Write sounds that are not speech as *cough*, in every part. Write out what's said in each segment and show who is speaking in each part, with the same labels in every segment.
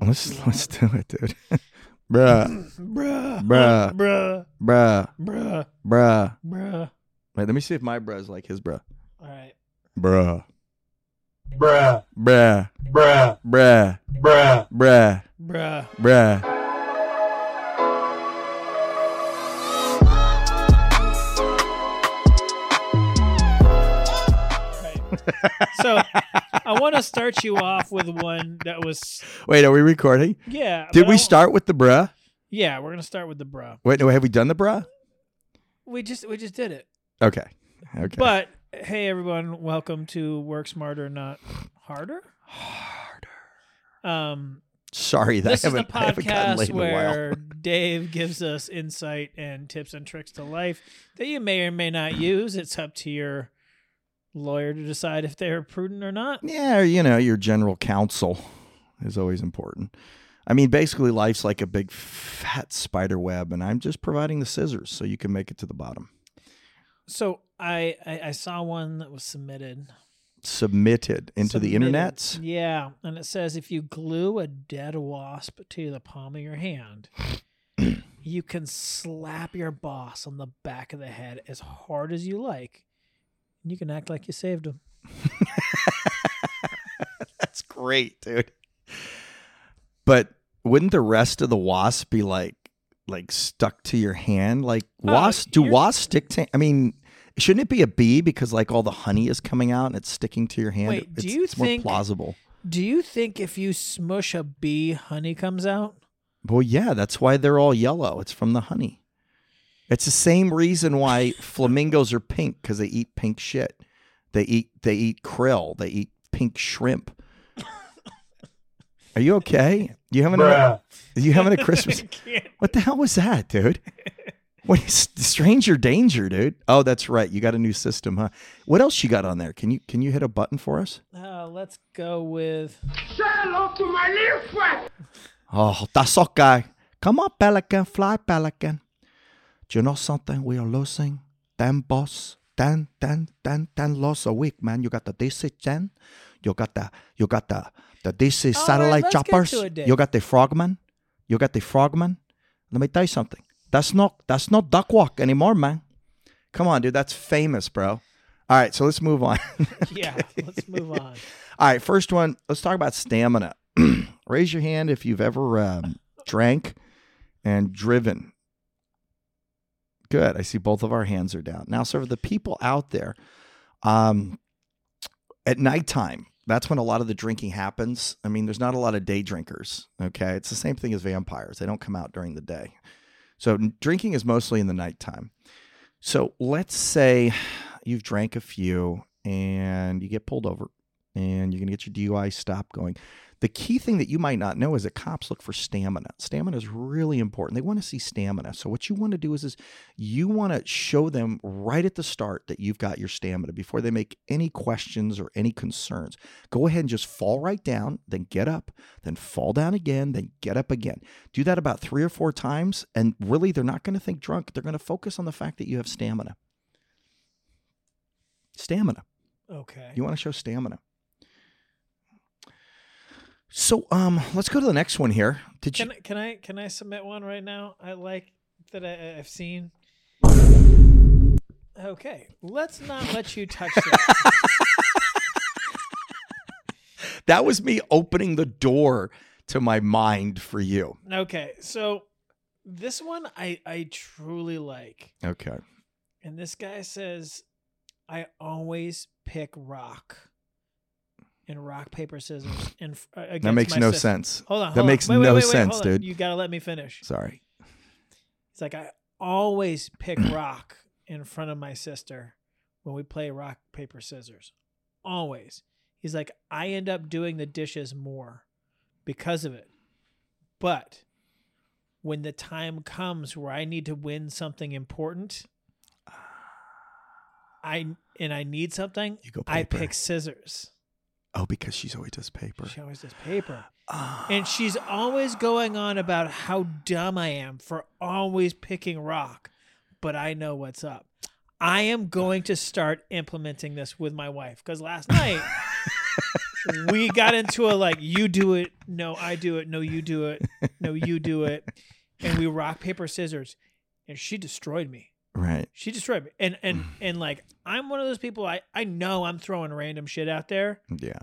Speaker 1: Let's let's do it, dude. *laughs* bruh,
Speaker 2: *laughs* bruh,
Speaker 1: Bruh.
Speaker 2: bruh,
Speaker 1: bruh,
Speaker 2: bruh,
Speaker 1: bruh.
Speaker 2: bruh.
Speaker 1: Wait, let me see if my bruh's like his bruh.
Speaker 2: All right.
Speaker 1: Bruh,
Speaker 2: Bruh,
Speaker 1: bruh,
Speaker 2: bruh,
Speaker 1: bruh,
Speaker 2: bruh,
Speaker 1: bruh,
Speaker 2: bruh.
Speaker 1: bruh.
Speaker 2: So I want to start you off with one that was,
Speaker 1: Wait, are we recording?
Speaker 2: yeah.
Speaker 1: Did
Speaker 2: but I-
Speaker 1: we start with the bruh?
Speaker 2: Yeah, we're gonna start with the bruh.
Speaker 1: Wait, no, have we done the bruh?
Speaker 2: We just we just did it.
Speaker 1: Okay, okay.
Speaker 2: But hey, everyone, welcome to Work Smarter, Not Harder.
Speaker 1: Harder.
Speaker 2: Um,
Speaker 1: Sorry that
Speaker 2: this
Speaker 1: I
Speaker 2: is the
Speaker 1: haven't, I haven't gotten laid
Speaker 2: podcast
Speaker 1: in a while. *laughs*
Speaker 2: where Dave gives us insight and tips and tricks to life that you may or may not use. It's up to your lawyer to decide if they're prudent or not.
Speaker 1: Yeah, you know, your general counsel is always important. I mean, basically, life's like a big fat spider web, and I'm just providing the scissors so you can make it to the bottom.
Speaker 2: So I I, I saw one that was submitted
Speaker 1: Submitted into the
Speaker 2: Submitted. *laughs*
Speaker 1: internet.
Speaker 2: Yeah, and it says if you glue a dead wasp to the palm of your
Speaker 1: *clears throat*
Speaker 2: hand, you can slap your boss on the back of the head as hard as you like. And you can act like you saved him.
Speaker 1: That's great, dude. But wouldn't the rest of the wasp be like, like stuck to your hand? Like
Speaker 2: Oh,
Speaker 1: wasps? Do
Speaker 2: you're-
Speaker 1: wasps stick to? I mean, shouldn't it be a bee because like all the honey is coming out and it's sticking to your hand?
Speaker 2: Wait,
Speaker 1: it's,
Speaker 2: do you
Speaker 1: it's
Speaker 2: think-
Speaker 1: more plausible?
Speaker 2: Do you think if you smush a bee, honey comes out?
Speaker 1: Well, yeah, that's why they're all yellow. It's from the honey. It's the same reason why flamingos are pink because they eat pink shit. They eat they eat krill. They eat pink shrimp. Are you okay? You having a, you having a Christmas?
Speaker 2: Can't-
Speaker 1: What the hell was that, dude? What is stranger danger, dude? Oh, that's right. You got a new system, huh? What else you got on there? Can you can you hit a button for us?
Speaker 2: uh, let's go *laughs* with
Speaker 3: Say hello to my little friend.
Speaker 1: Oh, that's okay. Come on, Pelican, fly, Pelican. Do you know something? We are losing. Ten boss, ten, ten, ten, ten loss a week, man. You got the DC ten, you got the, you got the, the DC
Speaker 2: All right,
Speaker 1: satellite
Speaker 2: let's get
Speaker 1: choppers.
Speaker 2: to it, Dave.
Speaker 1: You got the frogman, you got the frogman. Let me tell you something. That's not, that's not duck walk anymore, man. Come on, dude. That's famous, bro. All right, so let's move on. *laughs*
Speaker 2: yeah. Let's move on.
Speaker 1: All right, first one. Let's talk about stamina. *clears throat* Raise your hand if you've ever um, drank and driven. Good. I see both of our hands are down. Now, sort of the people out there, um, at nighttime, that's when a lot of the drinking happens. I mean, there's not a lot of day drinkers. Okay, it's the same thing as vampires. They don't come out during the day, so n- drinking is mostly in the nighttime. So let's say *sighs* you've drank a few and you get pulled over and you're going to get your DUI stop going. The key thing that you might not know is that cops look for stamina. Stamina is really important. They want to see stamina. So what you want to do is, is you want to show them right at the start that you've got your stamina before they make any questions or any concerns. Go ahead and just fall right down, then get up, then fall down again, then get up again. Do that about 3 or 4 times and really they're not going to think drunk. They're going to focus on the fact that you have stamina. Stamina.
Speaker 2: Okay.
Speaker 1: You want to show stamina. So um, let's go to the next one here. Did you?
Speaker 2: Can I- can I can I submit one right now? I like that I, I've seen. Okay, let's not let you touch that. *laughs*
Speaker 1: that was me opening the door to my mind for you.
Speaker 2: okay, so this one I I truly like,
Speaker 1: Okay.
Speaker 2: and this guy says, I always pick rock, and rock paper scissors, and f- uh, against
Speaker 1: That makes
Speaker 2: my
Speaker 1: no
Speaker 2: sis-
Speaker 1: sense.
Speaker 2: Hold on,
Speaker 1: That
Speaker 2: hold on.
Speaker 1: makes
Speaker 2: Wait, wait,
Speaker 1: no
Speaker 2: wait, wait,
Speaker 1: sense,
Speaker 2: hold on.
Speaker 1: dude.
Speaker 2: You gotta let me finish.
Speaker 1: Sorry.
Speaker 2: It's like I always
Speaker 1: *clears throat*
Speaker 2: pick rock in front of my sister when we play rock paper scissors. Always. He's like I end up doing the dishes more because of it. But when the time comes where I need to win something important,
Speaker 1: Ah.
Speaker 2: I and I need something,
Speaker 1: You go
Speaker 2: I
Speaker 1: paper.
Speaker 2: pick scissors.
Speaker 1: Oh, because she's always does paper.
Speaker 2: She always does paper.
Speaker 1: Ah.
Speaker 2: And she's always going on about how dumb I am for always picking rock, but I know what's up. I am going to start implementing this with my wife because last night we got into a like you do it, no I do it, no you do it, no you do it, and we rock paper scissors, and she destroyed me.
Speaker 1: Right.
Speaker 2: She destroyed me, and and and like I'm one of those people I I know I'm throwing random shit out there.
Speaker 1: Yeah.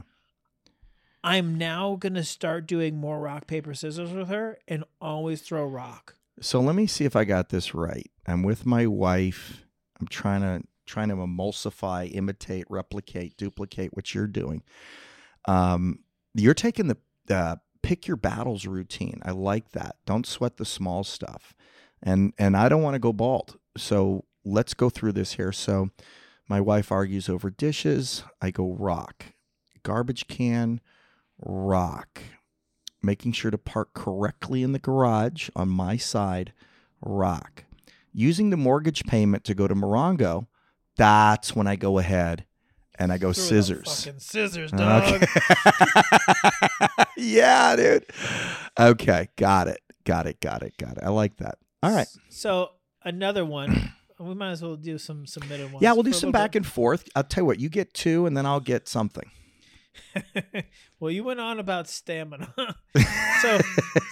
Speaker 2: I'm now gonna start doing more rock paper scissors with her and always throw rock.
Speaker 1: So let me see if I got this right. I'm with my wife. I'm trying to trying to emulsify, imitate, replicate, duplicate what you're doing. Um, you're taking the uh, pick your battles routine. I like that. Don't sweat the small stuff. And and I don't want to go bald. So let's go through this here. So my wife argues over dishes. I go rock. Garbage can, rock. Making sure to park correctly in the garage on my side, rock. Using the mortgage payment to go to Morongo, that's when I go ahead and I go
Speaker 2: Throw the
Speaker 1: scissors.
Speaker 2: fucking scissors, dog.
Speaker 1: Okay. *laughs* yeah, dude. Okay, got it. Got it. Got it. Got it. I like that. All right.
Speaker 2: So another one. We might as well do some submitted ones.
Speaker 1: Yeah, we'll do
Speaker 2: for a
Speaker 1: some
Speaker 2: little
Speaker 1: back
Speaker 2: bit.
Speaker 1: and forth. I'll tell you what, you get two and then I'll get something.
Speaker 2: *laughs* well, you went on about stamina. *laughs* so,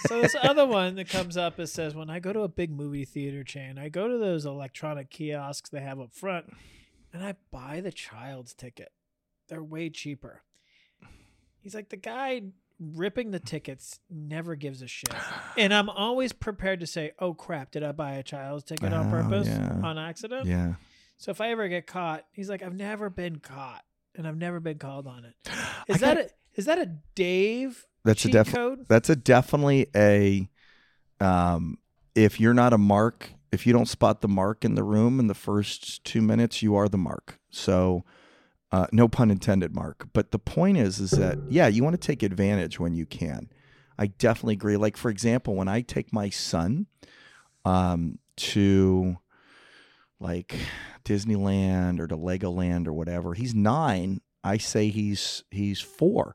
Speaker 2: so this other one that comes up it says, when I go to a big movie theater chain, I go to those electronic kiosks they have up front, and I buy the child's ticket. They're way cheaper. He's like the guy ripping the tickets never gives a shit, and I'm always prepared to say, "Oh crap, did I buy a child's ticket on
Speaker 1: Oh,
Speaker 2: purpose,
Speaker 1: yeah.
Speaker 2: on accident?"
Speaker 1: Yeah.
Speaker 2: So if I ever get caught, he's like, I've never been caught and I've never been called on
Speaker 1: *gasps*
Speaker 2: it. Is
Speaker 1: I
Speaker 2: that
Speaker 1: got-
Speaker 2: a, is that a Dave
Speaker 1: That's a
Speaker 2: cheat
Speaker 1: definite
Speaker 2: code?
Speaker 1: *laughs* that's a definitely a um if you're not a mark, if you don't spot the mark in the room in the first two minutes, you are the mark. So uh, no pun intended, Mark. But the point is, is that yeah, you want to take advantage when you can. I definitely agree. Like for example, when I take my son um, to like Disneyland or to Legoland or whatever, he's nine. I say he's he's four,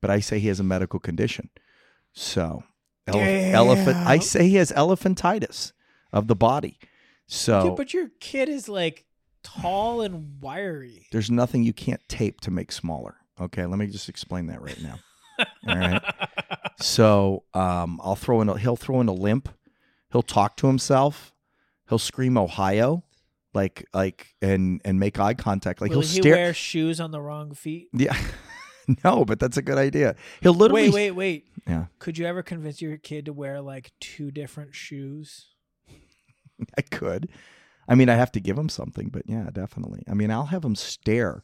Speaker 1: but I say he has a medical condition. So ele-
Speaker 2: Damn.
Speaker 1: elephant. I say he has elephantitis of the body. So
Speaker 2: Dude, but your kid is like tall and wiry.
Speaker 1: there's nothing you can't tape to make smaller. Okay, let me just explain that right
Speaker 2: *laughs*
Speaker 1: now. All right. So um, I'll throw in. A, he'll throw in a limp. He'll talk to himself. He'll scream Ohio, like like and and make eye contact. Like
Speaker 2: Will
Speaker 1: he'll
Speaker 2: he
Speaker 1: stare.
Speaker 2: wear shoes on the wrong feet?
Speaker 1: yeah. *laughs* no, but that's a good idea. He'll literally.
Speaker 2: Wait, wait, wait.
Speaker 1: Yeah.
Speaker 2: Could you ever convince your kid to wear like two different shoes?
Speaker 1: *laughs* I could. I mean, I have to give him something, but yeah, definitely. I mean, I'll have him stare.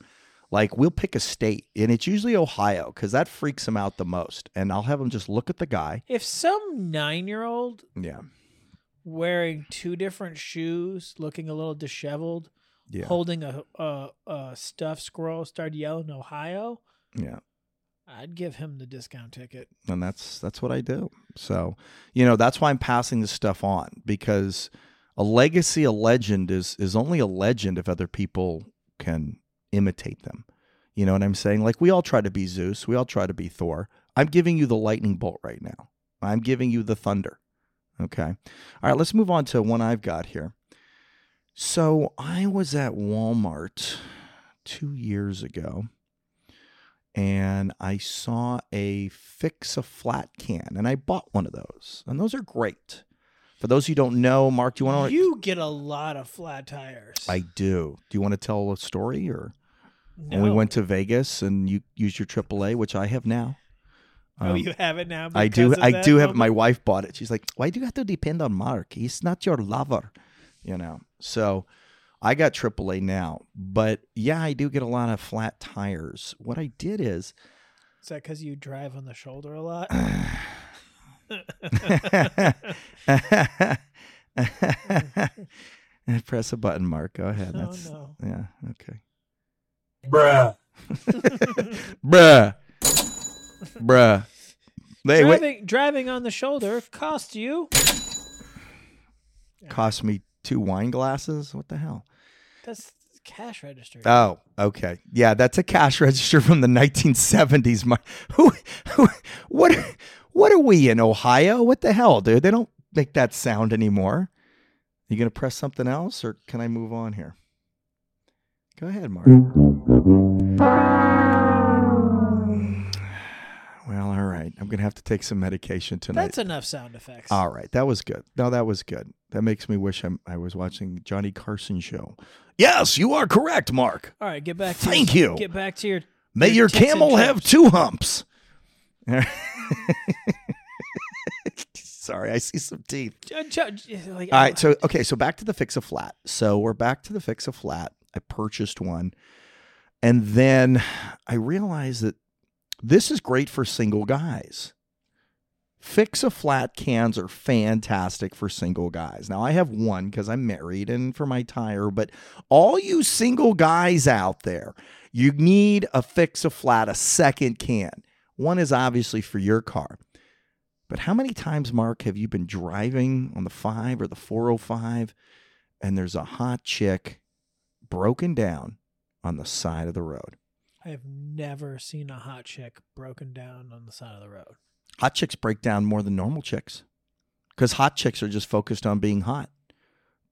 Speaker 1: Like we'll pick a state, and it's usually Ohio because that freaks him out the most. And I'll have him just look at the guy.
Speaker 2: If some nine year old
Speaker 1: Yeah.
Speaker 2: wearing two different shoes, looking a little disheveled,
Speaker 1: Yeah.
Speaker 2: holding a, a a stuffed squirrel, started yelling Ohio.
Speaker 1: yeah.
Speaker 2: I'd give him the discount ticket.
Speaker 1: and that's that's what I do. So, you know, that's why I'm passing this stuff on because a legacy, a legend is is only a legend if other people can imitate them. You know what I'm saying? Like we all try to be Zeus, we all try to be Thor. I'm giving you the lightning bolt right now. I'm giving you the thunder. Okay. All right, let's move on to one I've got here. So, I was at Walmart 2 years ago and I saw a fix a flat can, and I bought one of those, and those are great. For those who don't know, Mark, do you want to?
Speaker 2: You get a lot of flat tires.
Speaker 1: I do. Do you want to tell a story, or
Speaker 2: no.
Speaker 1: when we went to Vegas and you used your AAA, which I have now.
Speaker 2: oh,
Speaker 1: Um,
Speaker 2: you have it now.
Speaker 1: I do.
Speaker 2: because of
Speaker 1: I
Speaker 2: that Oh,
Speaker 1: do have. My
Speaker 2: moment?
Speaker 1: wife bought it. She's like, "Why do you have to depend on Mark? He's not your lover," you know. So, I got AAA now, but yeah, I do get a lot of flat tires. What I did is,
Speaker 2: *sighs*
Speaker 1: *laughs*
Speaker 2: *laughs* Is that because you drive on the shoulder a lot?
Speaker 1: Press a button, Mark. Go ahead.
Speaker 2: oh
Speaker 1: *laughs* That's
Speaker 2: no.
Speaker 1: yeah. Okay. Bruh. Bruh. Bruh. They wait.
Speaker 2: driving, driving on the shoulder costs you.
Speaker 1: Cost me two wine glasses. What the hell?
Speaker 2: That's cash register.
Speaker 1: Oh, okay. Yeah, that's a cash register from the 1970s. Mark. Who, who, what, what are we in Ohio? What the hell, dude? They don't make that sound anymore. You gonna press something else, or can I move on here? Go ahead, Mark. Well, all right. I'm gonna have to take some medication tonight.
Speaker 2: That's enough sound effects.
Speaker 1: All right, that was good. No, that was good. That makes me wish I'm, I was watching Johnny Carson show. Yes, you are correct, Mark.
Speaker 2: All right, get back to
Speaker 1: Thank
Speaker 2: your,
Speaker 1: you.
Speaker 2: Get back to your
Speaker 1: May
Speaker 2: Your
Speaker 1: your
Speaker 2: tits and
Speaker 1: camel have
Speaker 2: trips.
Speaker 1: two humps. *laughs* Sorry, I see some teeth.
Speaker 2: uh, ju- ju- like,
Speaker 1: All right, so okay, so back to the fix a flat. So we're back to the fix a flat. I purchased one, and then I realized that this is great for single guys. Fix a flat cans are fantastic for single guys. Now I have one because I'm married and for my tire, but all you single guys out there, you need a fix a flat, a second can. One is obviously for your car. But how many times, Mark, have you been driving on the five or the 405 and there's a hot chick broken down on the side of the road?
Speaker 2: I have never seen a hot chick broken down on the side of the road.
Speaker 1: Hot chicks break down more than normal chicks because hot chicks are just focused on being hot.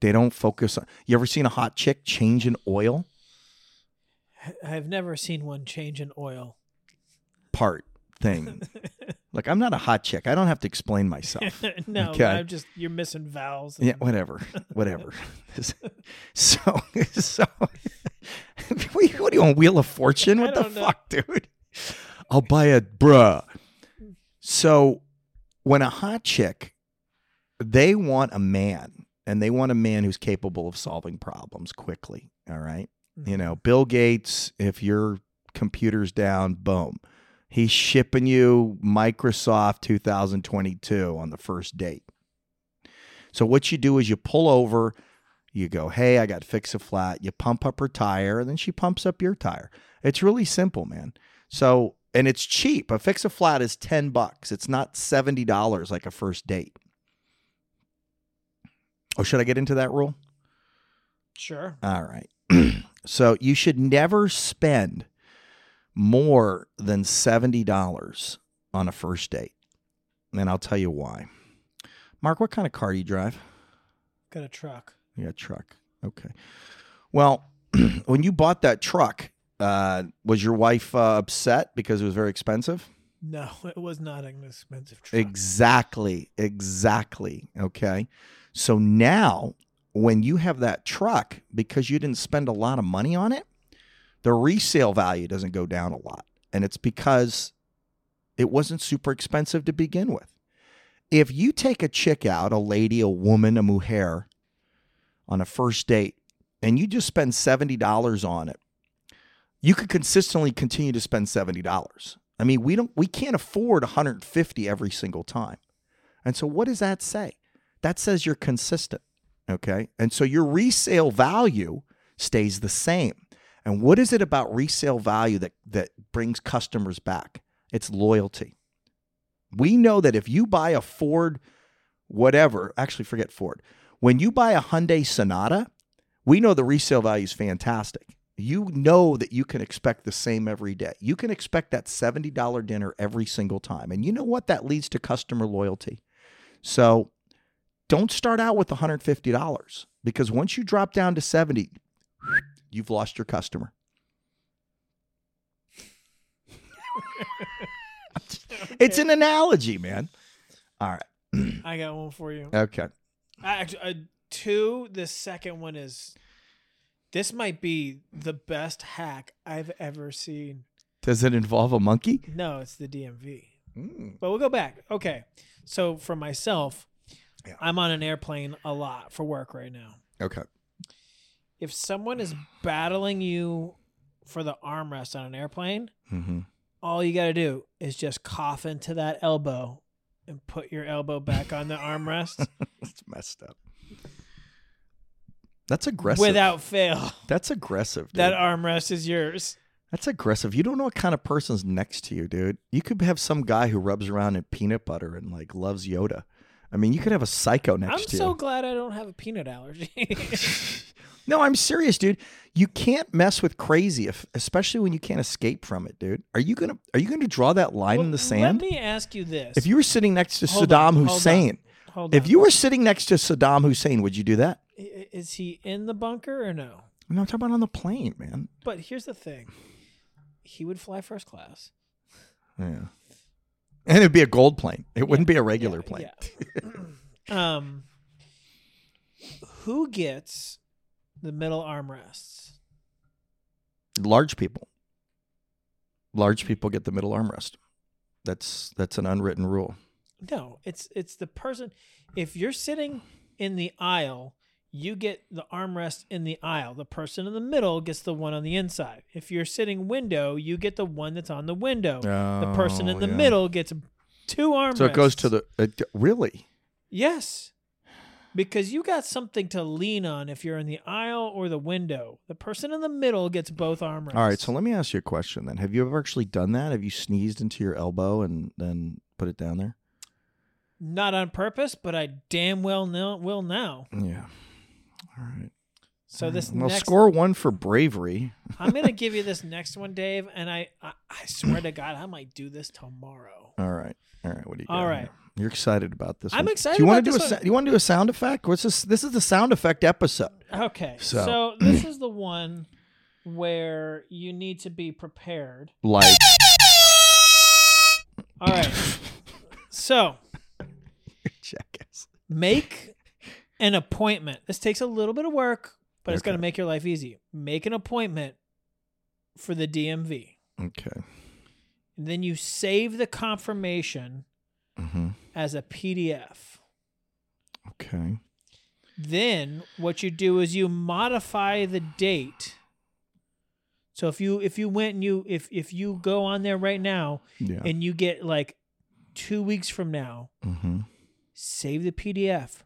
Speaker 1: They don't focus on. You ever seen a hot chick change an oil
Speaker 2: I- I've never seen one change in oil. *laughs*
Speaker 1: part thing? like, I'm not a hot chick. I don't have to
Speaker 2: *laughs*
Speaker 1: explain myself.
Speaker 2: no,
Speaker 1: Okay.
Speaker 2: I'm just you're missing vowels.
Speaker 1: Yeah,
Speaker 2: and-
Speaker 1: whatever, whatever. so, *laughs* so, what are you on Wheel of Fortune?
Speaker 2: I
Speaker 1: What the
Speaker 2: don't know.
Speaker 1: fuck, dude? I'll buy it, bruh. So, when a hot chick, they want a man, and they want a man who's capable of solving problems quickly. All right, you know,
Speaker 2: Mm-hmm.
Speaker 1: Bill Gates. If your computer's down, boom. He's shipping you Microsoft 2022 on the first date. So what you do is you pull over, you go, "Hey, I got fix a flat." You pump up her tire, and then she pumps up your tire. It's really simple, man. So and it's cheap. A fix a flat is 10 bucks. It's not $70 like a first date. Oh, should I get into that rule?
Speaker 2: Sure.
Speaker 1: All right. *clears throat* so you should never spend more than $70 on a first date. And I'll tell you why. Mark, what kind of car do you drive?
Speaker 2: Got a truck.
Speaker 1: Yeah, truck. Okay. Well, *clears throat* when you bought that truck, uh, was your wife uh, upset because it was very expensive?
Speaker 2: No, *laughs* it was not an expensive truck.
Speaker 1: Exactly. Exactly. Okay. So now, when you have that truck, because you didn't spend a lot of money on it, the resale value doesn't go down a lot. And it's because it wasn't super expensive to begin with. If you take a chick out, a lady, a woman, a mujer, on a first date, and you just spend $70 on it, you could consistently continue to spend $70. I mean, we don't we can't afford 150 every single time. And so what does that say? That says you're consistent, okay? And so your resale value stays the same. And what is it about resale value that that brings customers back? It's loyalty. We know that if you buy a Ford whatever, actually forget Ford. When you buy a Hyundai Sonata, we know the resale value is fantastic. You know that you can expect the same every day. You can expect that $70 dinner every single time. And you know what? That leads to customer loyalty. So don't start out with $150 because once you drop down to 70, you've lost your customer. It's an analogy, man. All right.
Speaker 2: I got one for you.
Speaker 1: Okay.
Speaker 2: I actually uh, two. The second one is. This might be the best hack I've ever seen.
Speaker 1: Does it involve a monkey?
Speaker 2: No, it's the DMV.
Speaker 1: Mm.
Speaker 2: But we'll go back. Okay. So for myself,
Speaker 1: Yeah.
Speaker 2: I'm on an airplane a lot for work right now.
Speaker 1: Okay.
Speaker 2: If someone is battling you for the armrest on an airplane,
Speaker 1: hmm
Speaker 2: all you got to do is just cough into that elbow and put your elbow back on the armrest
Speaker 1: *laughs* It's messed up. That's aggressive.
Speaker 2: without fail. *laughs*
Speaker 1: That's aggressive. Dude.
Speaker 2: That armrest is yours.
Speaker 1: That's aggressive. You don't know what kind of person's next to you, dude. You could have some guy who rubs around in peanut butter and like loves Yoda. I mean, you could have a psycho next
Speaker 2: I'm
Speaker 1: to
Speaker 2: so
Speaker 1: you.
Speaker 2: glad I don't have a peanut allergy.
Speaker 1: No, I'm serious, dude. You can't mess with crazy, if, especially when you can't escape from it, dude. Are you gonna Are you gonna draw that
Speaker 2: *laughs*
Speaker 1: line *laughs* in the sand?
Speaker 2: Let me ask you this.
Speaker 1: if you were sitting next to
Speaker 2: Hold
Speaker 1: Saddam
Speaker 2: on, hold on,
Speaker 1: Hussein,
Speaker 2: Hold
Speaker 1: if
Speaker 2: on.
Speaker 1: you were sitting next to Saddam Hussein, would you do that?
Speaker 2: I- is he in the bunker or no?
Speaker 1: No, I'm talking about on the plane, man.
Speaker 2: But here's the thing. He would fly first class.
Speaker 1: Yeah. And it'd be a gold plane. It wouldn't be a regular
Speaker 2: Yeah,
Speaker 1: plane.
Speaker 2: yeah. *clears throat* um, who gets the middle armrests?
Speaker 1: Large people. Large people get the middle armrest. That's that's an unwritten rule.
Speaker 2: No, it's it's the person. If you're sitting in the aisle, you get the armrest in the aisle. The person in the middle gets the one on the inside. If you're sitting window, you get the one that's on the window. the person in
Speaker 1: Oh,
Speaker 2: the
Speaker 1: yeah.
Speaker 2: middle gets two armrests.
Speaker 1: So it goes to the it, really.
Speaker 2: yes, because you got something to lean on if you're in the aisle or the window. The person in the middle gets both armrests.
Speaker 1: All right, so let me ask you a question then. Have you ever actually done that? Have you sneezed into your elbow and then put it down there?
Speaker 2: not on purpose, but I damn well know, will now.
Speaker 1: Yeah. All right.
Speaker 2: So this
Speaker 1: Well,
Speaker 2: next
Speaker 1: score one for bravery.
Speaker 2: I'm gonna give you this next one, Dave, and I, I I swear to God, I might do this tomorrow.
Speaker 1: All right. All right. What do you?
Speaker 2: All
Speaker 1: got
Speaker 2: right.
Speaker 1: here? You're excited about this.
Speaker 2: I'm
Speaker 1: one.
Speaker 2: excited
Speaker 1: Do you wanna
Speaker 2: about
Speaker 1: do
Speaker 2: this
Speaker 1: a?
Speaker 2: one.
Speaker 1: sa- You want to do a sound effect? What's this? This is the sound effect episode.
Speaker 2: Okay,
Speaker 1: So-
Speaker 2: so, this is the one where you need to be prepared. *laughs*
Speaker 1: Like
Speaker 2: All right, so
Speaker 1: jackass.
Speaker 2: make an appointment. This takes a little bit of work, but it's gonna
Speaker 1: Okay.
Speaker 2: make your life easy. Make an appointment for the DMV,
Speaker 1: Okay.
Speaker 2: and then you save the confirmation
Speaker 1: Mm-hmm.
Speaker 2: as a PDF.
Speaker 1: Okay.
Speaker 2: then what you do is you modify the date so if you if you went and you if if you go on there right now
Speaker 1: Yeah.
Speaker 2: and you get like two weeks from now
Speaker 1: mm-hmm.
Speaker 2: save the pdf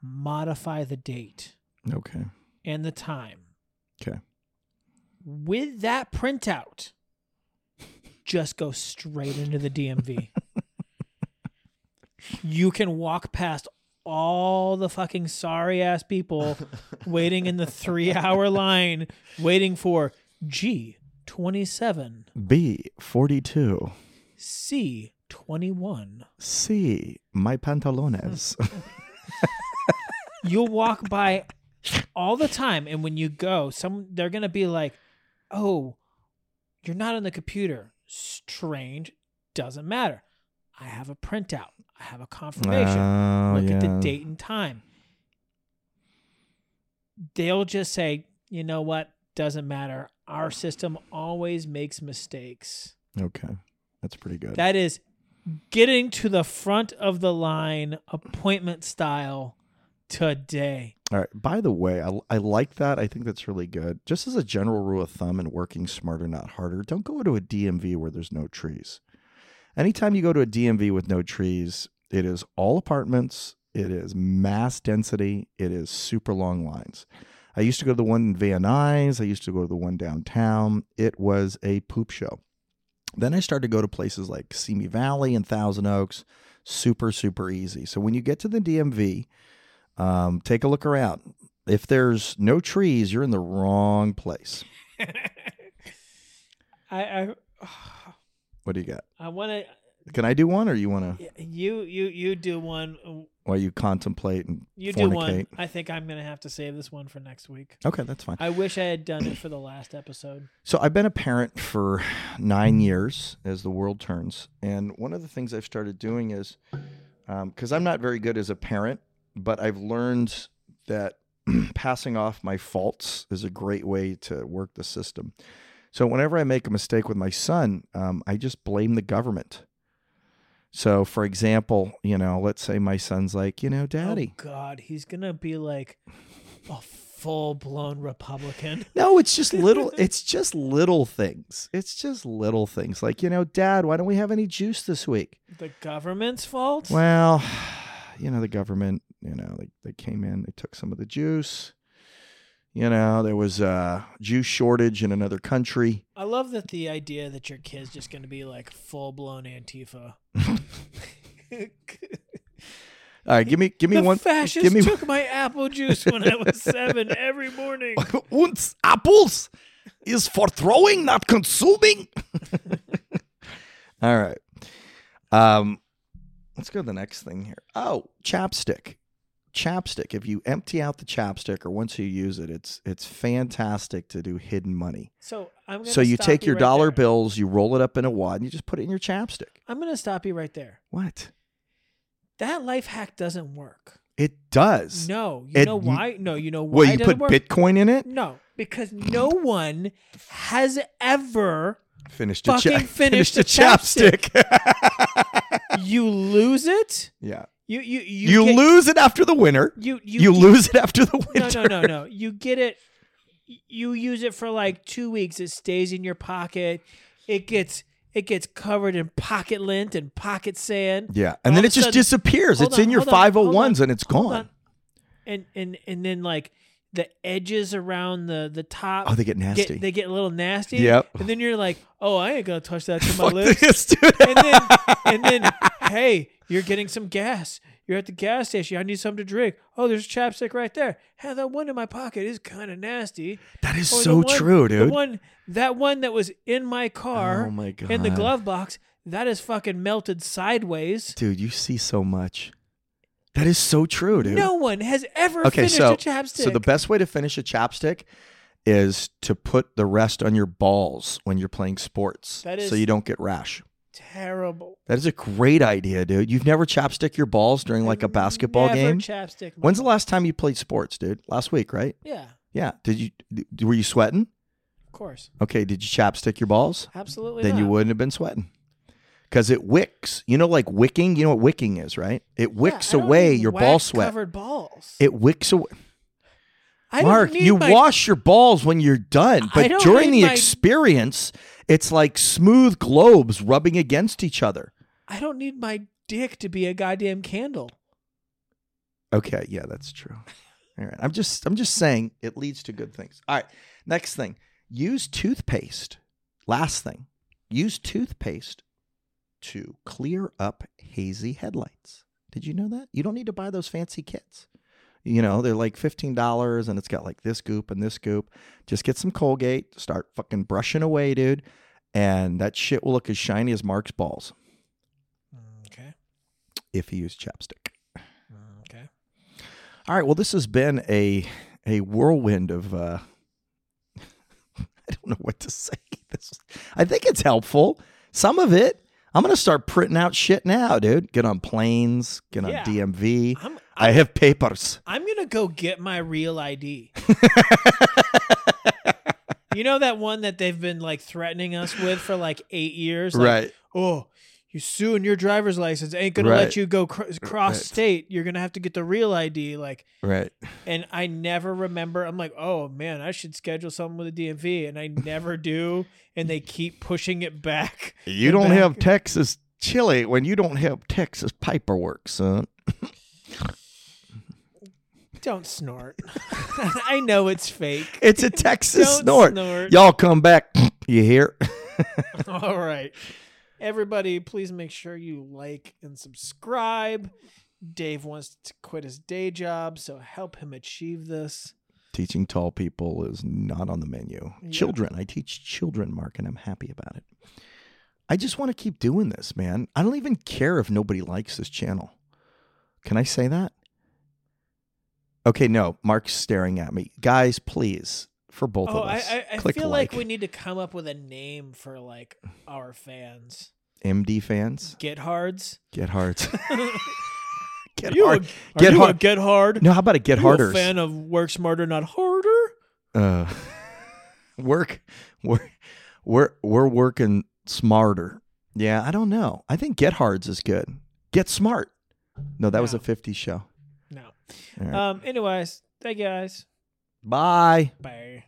Speaker 2: modify the date
Speaker 1: Okay.
Speaker 2: and the time
Speaker 1: Okay.
Speaker 2: with that printout just go straight into the dmv you can walk past all the fucking sorry ass people waiting in the three hour line waiting for G twenty seven,
Speaker 1: B forty two.
Speaker 2: C twenty one.
Speaker 1: C my pantalones.
Speaker 2: Hmm. You'll walk by all the time, and when you go, some they're gonna be like, "Oh, you're not on the computer. Strange. Doesn't matter. I have a printout. I have a confirmation.
Speaker 1: Oh,
Speaker 2: Look at the
Speaker 1: yeah.
Speaker 2: date and time. They'll just say, you know what? Doesn't matter. Our system always makes mistakes.
Speaker 1: Okay. That's pretty good.
Speaker 2: That is getting to the front of the line appointment style today.
Speaker 1: All right. By the way, I, I like that. I think that's really good. Just as a general rule of thumb in working smarter, not harder, don't go to a DMV where there's no trees. Anytime you go to a DMV with no trees, it is all apartments, it is mass density, it is super long lines. I used to go to the one in Van Nuys, I used to go to the one downtown. It was a poop show. Then I started to go to places like Simi Valley and Thousand Oaks, super, super easy. So when you get to the DMV, um, take a look around. If there's no trees, you're in the wrong place.
Speaker 2: I I,
Speaker 1: What do you got?
Speaker 2: I want
Speaker 1: Can I do one, or you want to
Speaker 2: to you you you do one
Speaker 1: while you contemplate and
Speaker 2: you do one.
Speaker 1: fornicate?
Speaker 2: I think I'm going to have to save this one for next week.
Speaker 1: Okay, that's fine.
Speaker 2: I wish I had done it for the last episode.
Speaker 1: So I've been a parent for *sighs* nine years as the world turns, and one of the things I've started doing is because I'm not very good as a parent, but I've learned that *clears throat* passing off my faults is a great way to work the system. So whenever I make a mistake with my son, um, I just blame the government. So, for example, you know, let's say my son's like, you know, *laughs* Daddy,
Speaker 2: Oh God, he's gonna be like a full blown Republican. *laughs*
Speaker 1: No, it's just little. it's just little things. It's just little things. Like you know, Dad, why don't we have any juice this week?
Speaker 2: The government's fault.
Speaker 1: Well, *sighs* you know, the government. You know, they they came in, they took some of the juice. You know, there was a juice shortage in another country.
Speaker 2: I love that the idea that your kid's just gonna be like full blown
Speaker 1: *laughs*
Speaker 2: Antifa. *laughs*
Speaker 1: All right, give me give me
Speaker 2: the
Speaker 1: one.
Speaker 2: fascists
Speaker 1: give me
Speaker 2: took my apple juice when I
Speaker 1: *laughs*
Speaker 2: was seven every morning.
Speaker 1: Uns apples is for throwing, not consuming. *laughs* All right. Um, let's go to the next thing here. Oh, chapstick. Chapstick. If you empty out the chapstick or once you use it, it's it's fantastic to do hidden money.
Speaker 2: So I'm gonna
Speaker 1: So you
Speaker 2: stop
Speaker 1: take your
Speaker 2: right
Speaker 1: dollar
Speaker 2: there.
Speaker 1: bills, you roll it up in a wad, and you just put it in your chapstick.
Speaker 2: I'm gonna stop you right there.
Speaker 1: What?
Speaker 2: That life hack doesn't work.
Speaker 1: It does.
Speaker 2: No, you
Speaker 1: It-
Speaker 2: know why? No, you know why
Speaker 1: Well,
Speaker 2: it
Speaker 1: you
Speaker 2: doesn't
Speaker 1: put
Speaker 2: work?
Speaker 1: Bitcoin in it.
Speaker 2: no, because no one has ever.
Speaker 1: Finished
Speaker 2: Fucking
Speaker 1: a
Speaker 2: finish
Speaker 1: the
Speaker 2: the
Speaker 1: chapstick.
Speaker 2: You lose it.
Speaker 1: *laughs* yeah.
Speaker 2: You you you
Speaker 1: You,
Speaker 2: get-
Speaker 1: lose it after the winter.
Speaker 2: You you
Speaker 1: You,
Speaker 2: get-
Speaker 1: lose it after the
Speaker 2: No
Speaker 1: winter.
Speaker 2: no no no. You get it. You use it for like two weeks. It stays in your pocket. It gets it gets covered in pocket lint and pocket sand.
Speaker 1: Yeah,
Speaker 2: All
Speaker 1: and then
Speaker 2: of
Speaker 1: it
Speaker 2: a
Speaker 1: just
Speaker 2: sudden-
Speaker 1: disappears.
Speaker 2: hold
Speaker 1: It's
Speaker 2: on,
Speaker 1: in your
Speaker 2: hold on,
Speaker 1: five hundred
Speaker 2: hold on,
Speaker 1: ones, and it's
Speaker 2: hold
Speaker 1: gone.
Speaker 2: on. and and and then like the edges around the the top
Speaker 1: Oh, they get
Speaker 2: get-
Speaker 1: nasty.
Speaker 2: they get a little nasty
Speaker 1: Yep.
Speaker 2: and then you're like oh i ain't gonna touch that to my
Speaker 1: Fuck
Speaker 2: lips
Speaker 1: this, *laughs* dude.
Speaker 2: and then and then hey you're getting some gas you're at the gas station i need something to drink oh there's a chapstick right there hey that one in my pocket is kind of nasty
Speaker 1: that is
Speaker 2: Or the
Speaker 1: so
Speaker 2: one-
Speaker 1: true, dude.
Speaker 2: the one that one that was in my car
Speaker 1: oh my god!
Speaker 2: in the glove box that is fucking melted sideways
Speaker 1: dude. You see so much. That is so true, dude.
Speaker 2: no one has ever
Speaker 1: okay,
Speaker 2: finished
Speaker 1: so
Speaker 2: a chapstick
Speaker 1: so the best way to finish a chapstick is to put the rest on your balls when you're playing sports,
Speaker 2: That
Speaker 1: so
Speaker 2: is-
Speaker 1: you don't get rash.
Speaker 2: terrible
Speaker 1: That is a great idea, dude. You've never chapstick your balls during like a
Speaker 2: I've
Speaker 1: basketball
Speaker 2: never
Speaker 1: game.
Speaker 2: Chapstick.
Speaker 1: When's the
Speaker 2: my-
Speaker 1: last time you played sports, dude? Last week, right?
Speaker 2: Yeah,
Speaker 1: Yeah. Did you? d- Were you sweating?
Speaker 2: of course,
Speaker 1: Okay. Did you chapstick your balls?
Speaker 2: absolutely.
Speaker 1: then you
Speaker 2: not.
Speaker 1: wouldn't have been sweating because it wicks. You know, like wicking. You know what wicking is, right? It
Speaker 2: Yeah,
Speaker 1: wicks
Speaker 2: I don't
Speaker 1: away
Speaker 2: need
Speaker 1: your ball
Speaker 2: whack
Speaker 1: sweat.
Speaker 2: Covered balls.
Speaker 1: It wicks away.
Speaker 2: I don't
Speaker 1: Mark,
Speaker 2: need
Speaker 1: you
Speaker 2: my-
Speaker 1: wash your balls when you're done,
Speaker 2: I
Speaker 1: but
Speaker 2: don't
Speaker 1: during the
Speaker 2: need my-
Speaker 1: experience, it's like smooth globes rubbing against each other.
Speaker 2: I don't need my dick to be a goddamn candle.
Speaker 1: Okay, yeah, that's true. All right, I'm just I'm just saying it leads to good things. All right, next thing, use toothpaste. Last thing, use toothpaste to clear up hazy headlights. Did you know that? You don't need to buy those fancy kits. You know, they're like $15 and it's got like this goop and this goop. Just get some Colgate, start fucking brushing away, dude, and that shit will look as shiny as Mark's balls
Speaker 2: Okay.
Speaker 1: if you use chapstick.
Speaker 2: Okay.
Speaker 1: All right. Well, this has been a a whirlwind of. Uh, *laughs* I don't know what to say. *laughs* This, I think it's helpful. Some of it. I'm gonna start printing out shit now, dude. Get on planes. Get on
Speaker 2: Yeah.
Speaker 1: DMV.
Speaker 2: I'm
Speaker 1: I have papers.
Speaker 2: I'm gonna go get my real
Speaker 1: *laughs*
Speaker 2: ID. you know that one that they've been like threatening us with for like eight years. Like, Oh, you suing your driver's license ain't gonna
Speaker 1: Right.
Speaker 2: let you go cr- cross
Speaker 1: Right.
Speaker 2: state. You're gonna have to get the real ID. Like.
Speaker 1: Right.
Speaker 2: and I never remember. I'm like, oh man, I should schedule something with the DMV, and I never do. And they keep pushing it back. *laughs*
Speaker 1: You
Speaker 2: And
Speaker 1: don't
Speaker 2: back-
Speaker 1: have Texas chili when you don't have Texas paperwork, *laughs* son.
Speaker 2: Don't snort. *laughs* I know it's fake.
Speaker 1: It's a Texas
Speaker 2: Don't
Speaker 1: snort.
Speaker 2: snort.
Speaker 1: Y'all come back. *clears throat* You hear?
Speaker 2: *laughs* All right, everybody, please make sure you like and subscribe. Dave wants to quit his day job, so help him achieve this.
Speaker 1: Teaching tall people is not on the menu.
Speaker 2: Yeah.
Speaker 1: Children, I teach children, Mark, and I'm happy about it. I just want to keep doing this, man. I don't even care if nobody likes this channel. Can I say that? Okay, no. Mark's staring at me. Guys, please, for both
Speaker 2: oh,
Speaker 1: of
Speaker 2: I,
Speaker 1: us,
Speaker 2: I, I
Speaker 1: click
Speaker 2: feel
Speaker 1: like,
Speaker 2: like we need to come up with a name for like our fans.
Speaker 1: MD fans
Speaker 2: Get hards.
Speaker 1: *laughs* get hard.
Speaker 2: *laughs*
Speaker 1: get
Speaker 2: You a-
Speaker 1: hard.
Speaker 2: Are
Speaker 1: Get
Speaker 2: you a
Speaker 1: hard.
Speaker 2: get hard.
Speaker 1: No, how about a get
Speaker 2: Are you
Speaker 1: harder?
Speaker 2: A fan of work smarter, not harder.
Speaker 1: uh, *laughs* work we're we're we're working smarter yeah i don't know i think get hards is good get smart no that was a
Speaker 2: No.
Speaker 1: 50s show
Speaker 2: No.
Speaker 1: All right.
Speaker 2: Um. Anyways, thank you guys.
Speaker 1: bye
Speaker 2: Bye.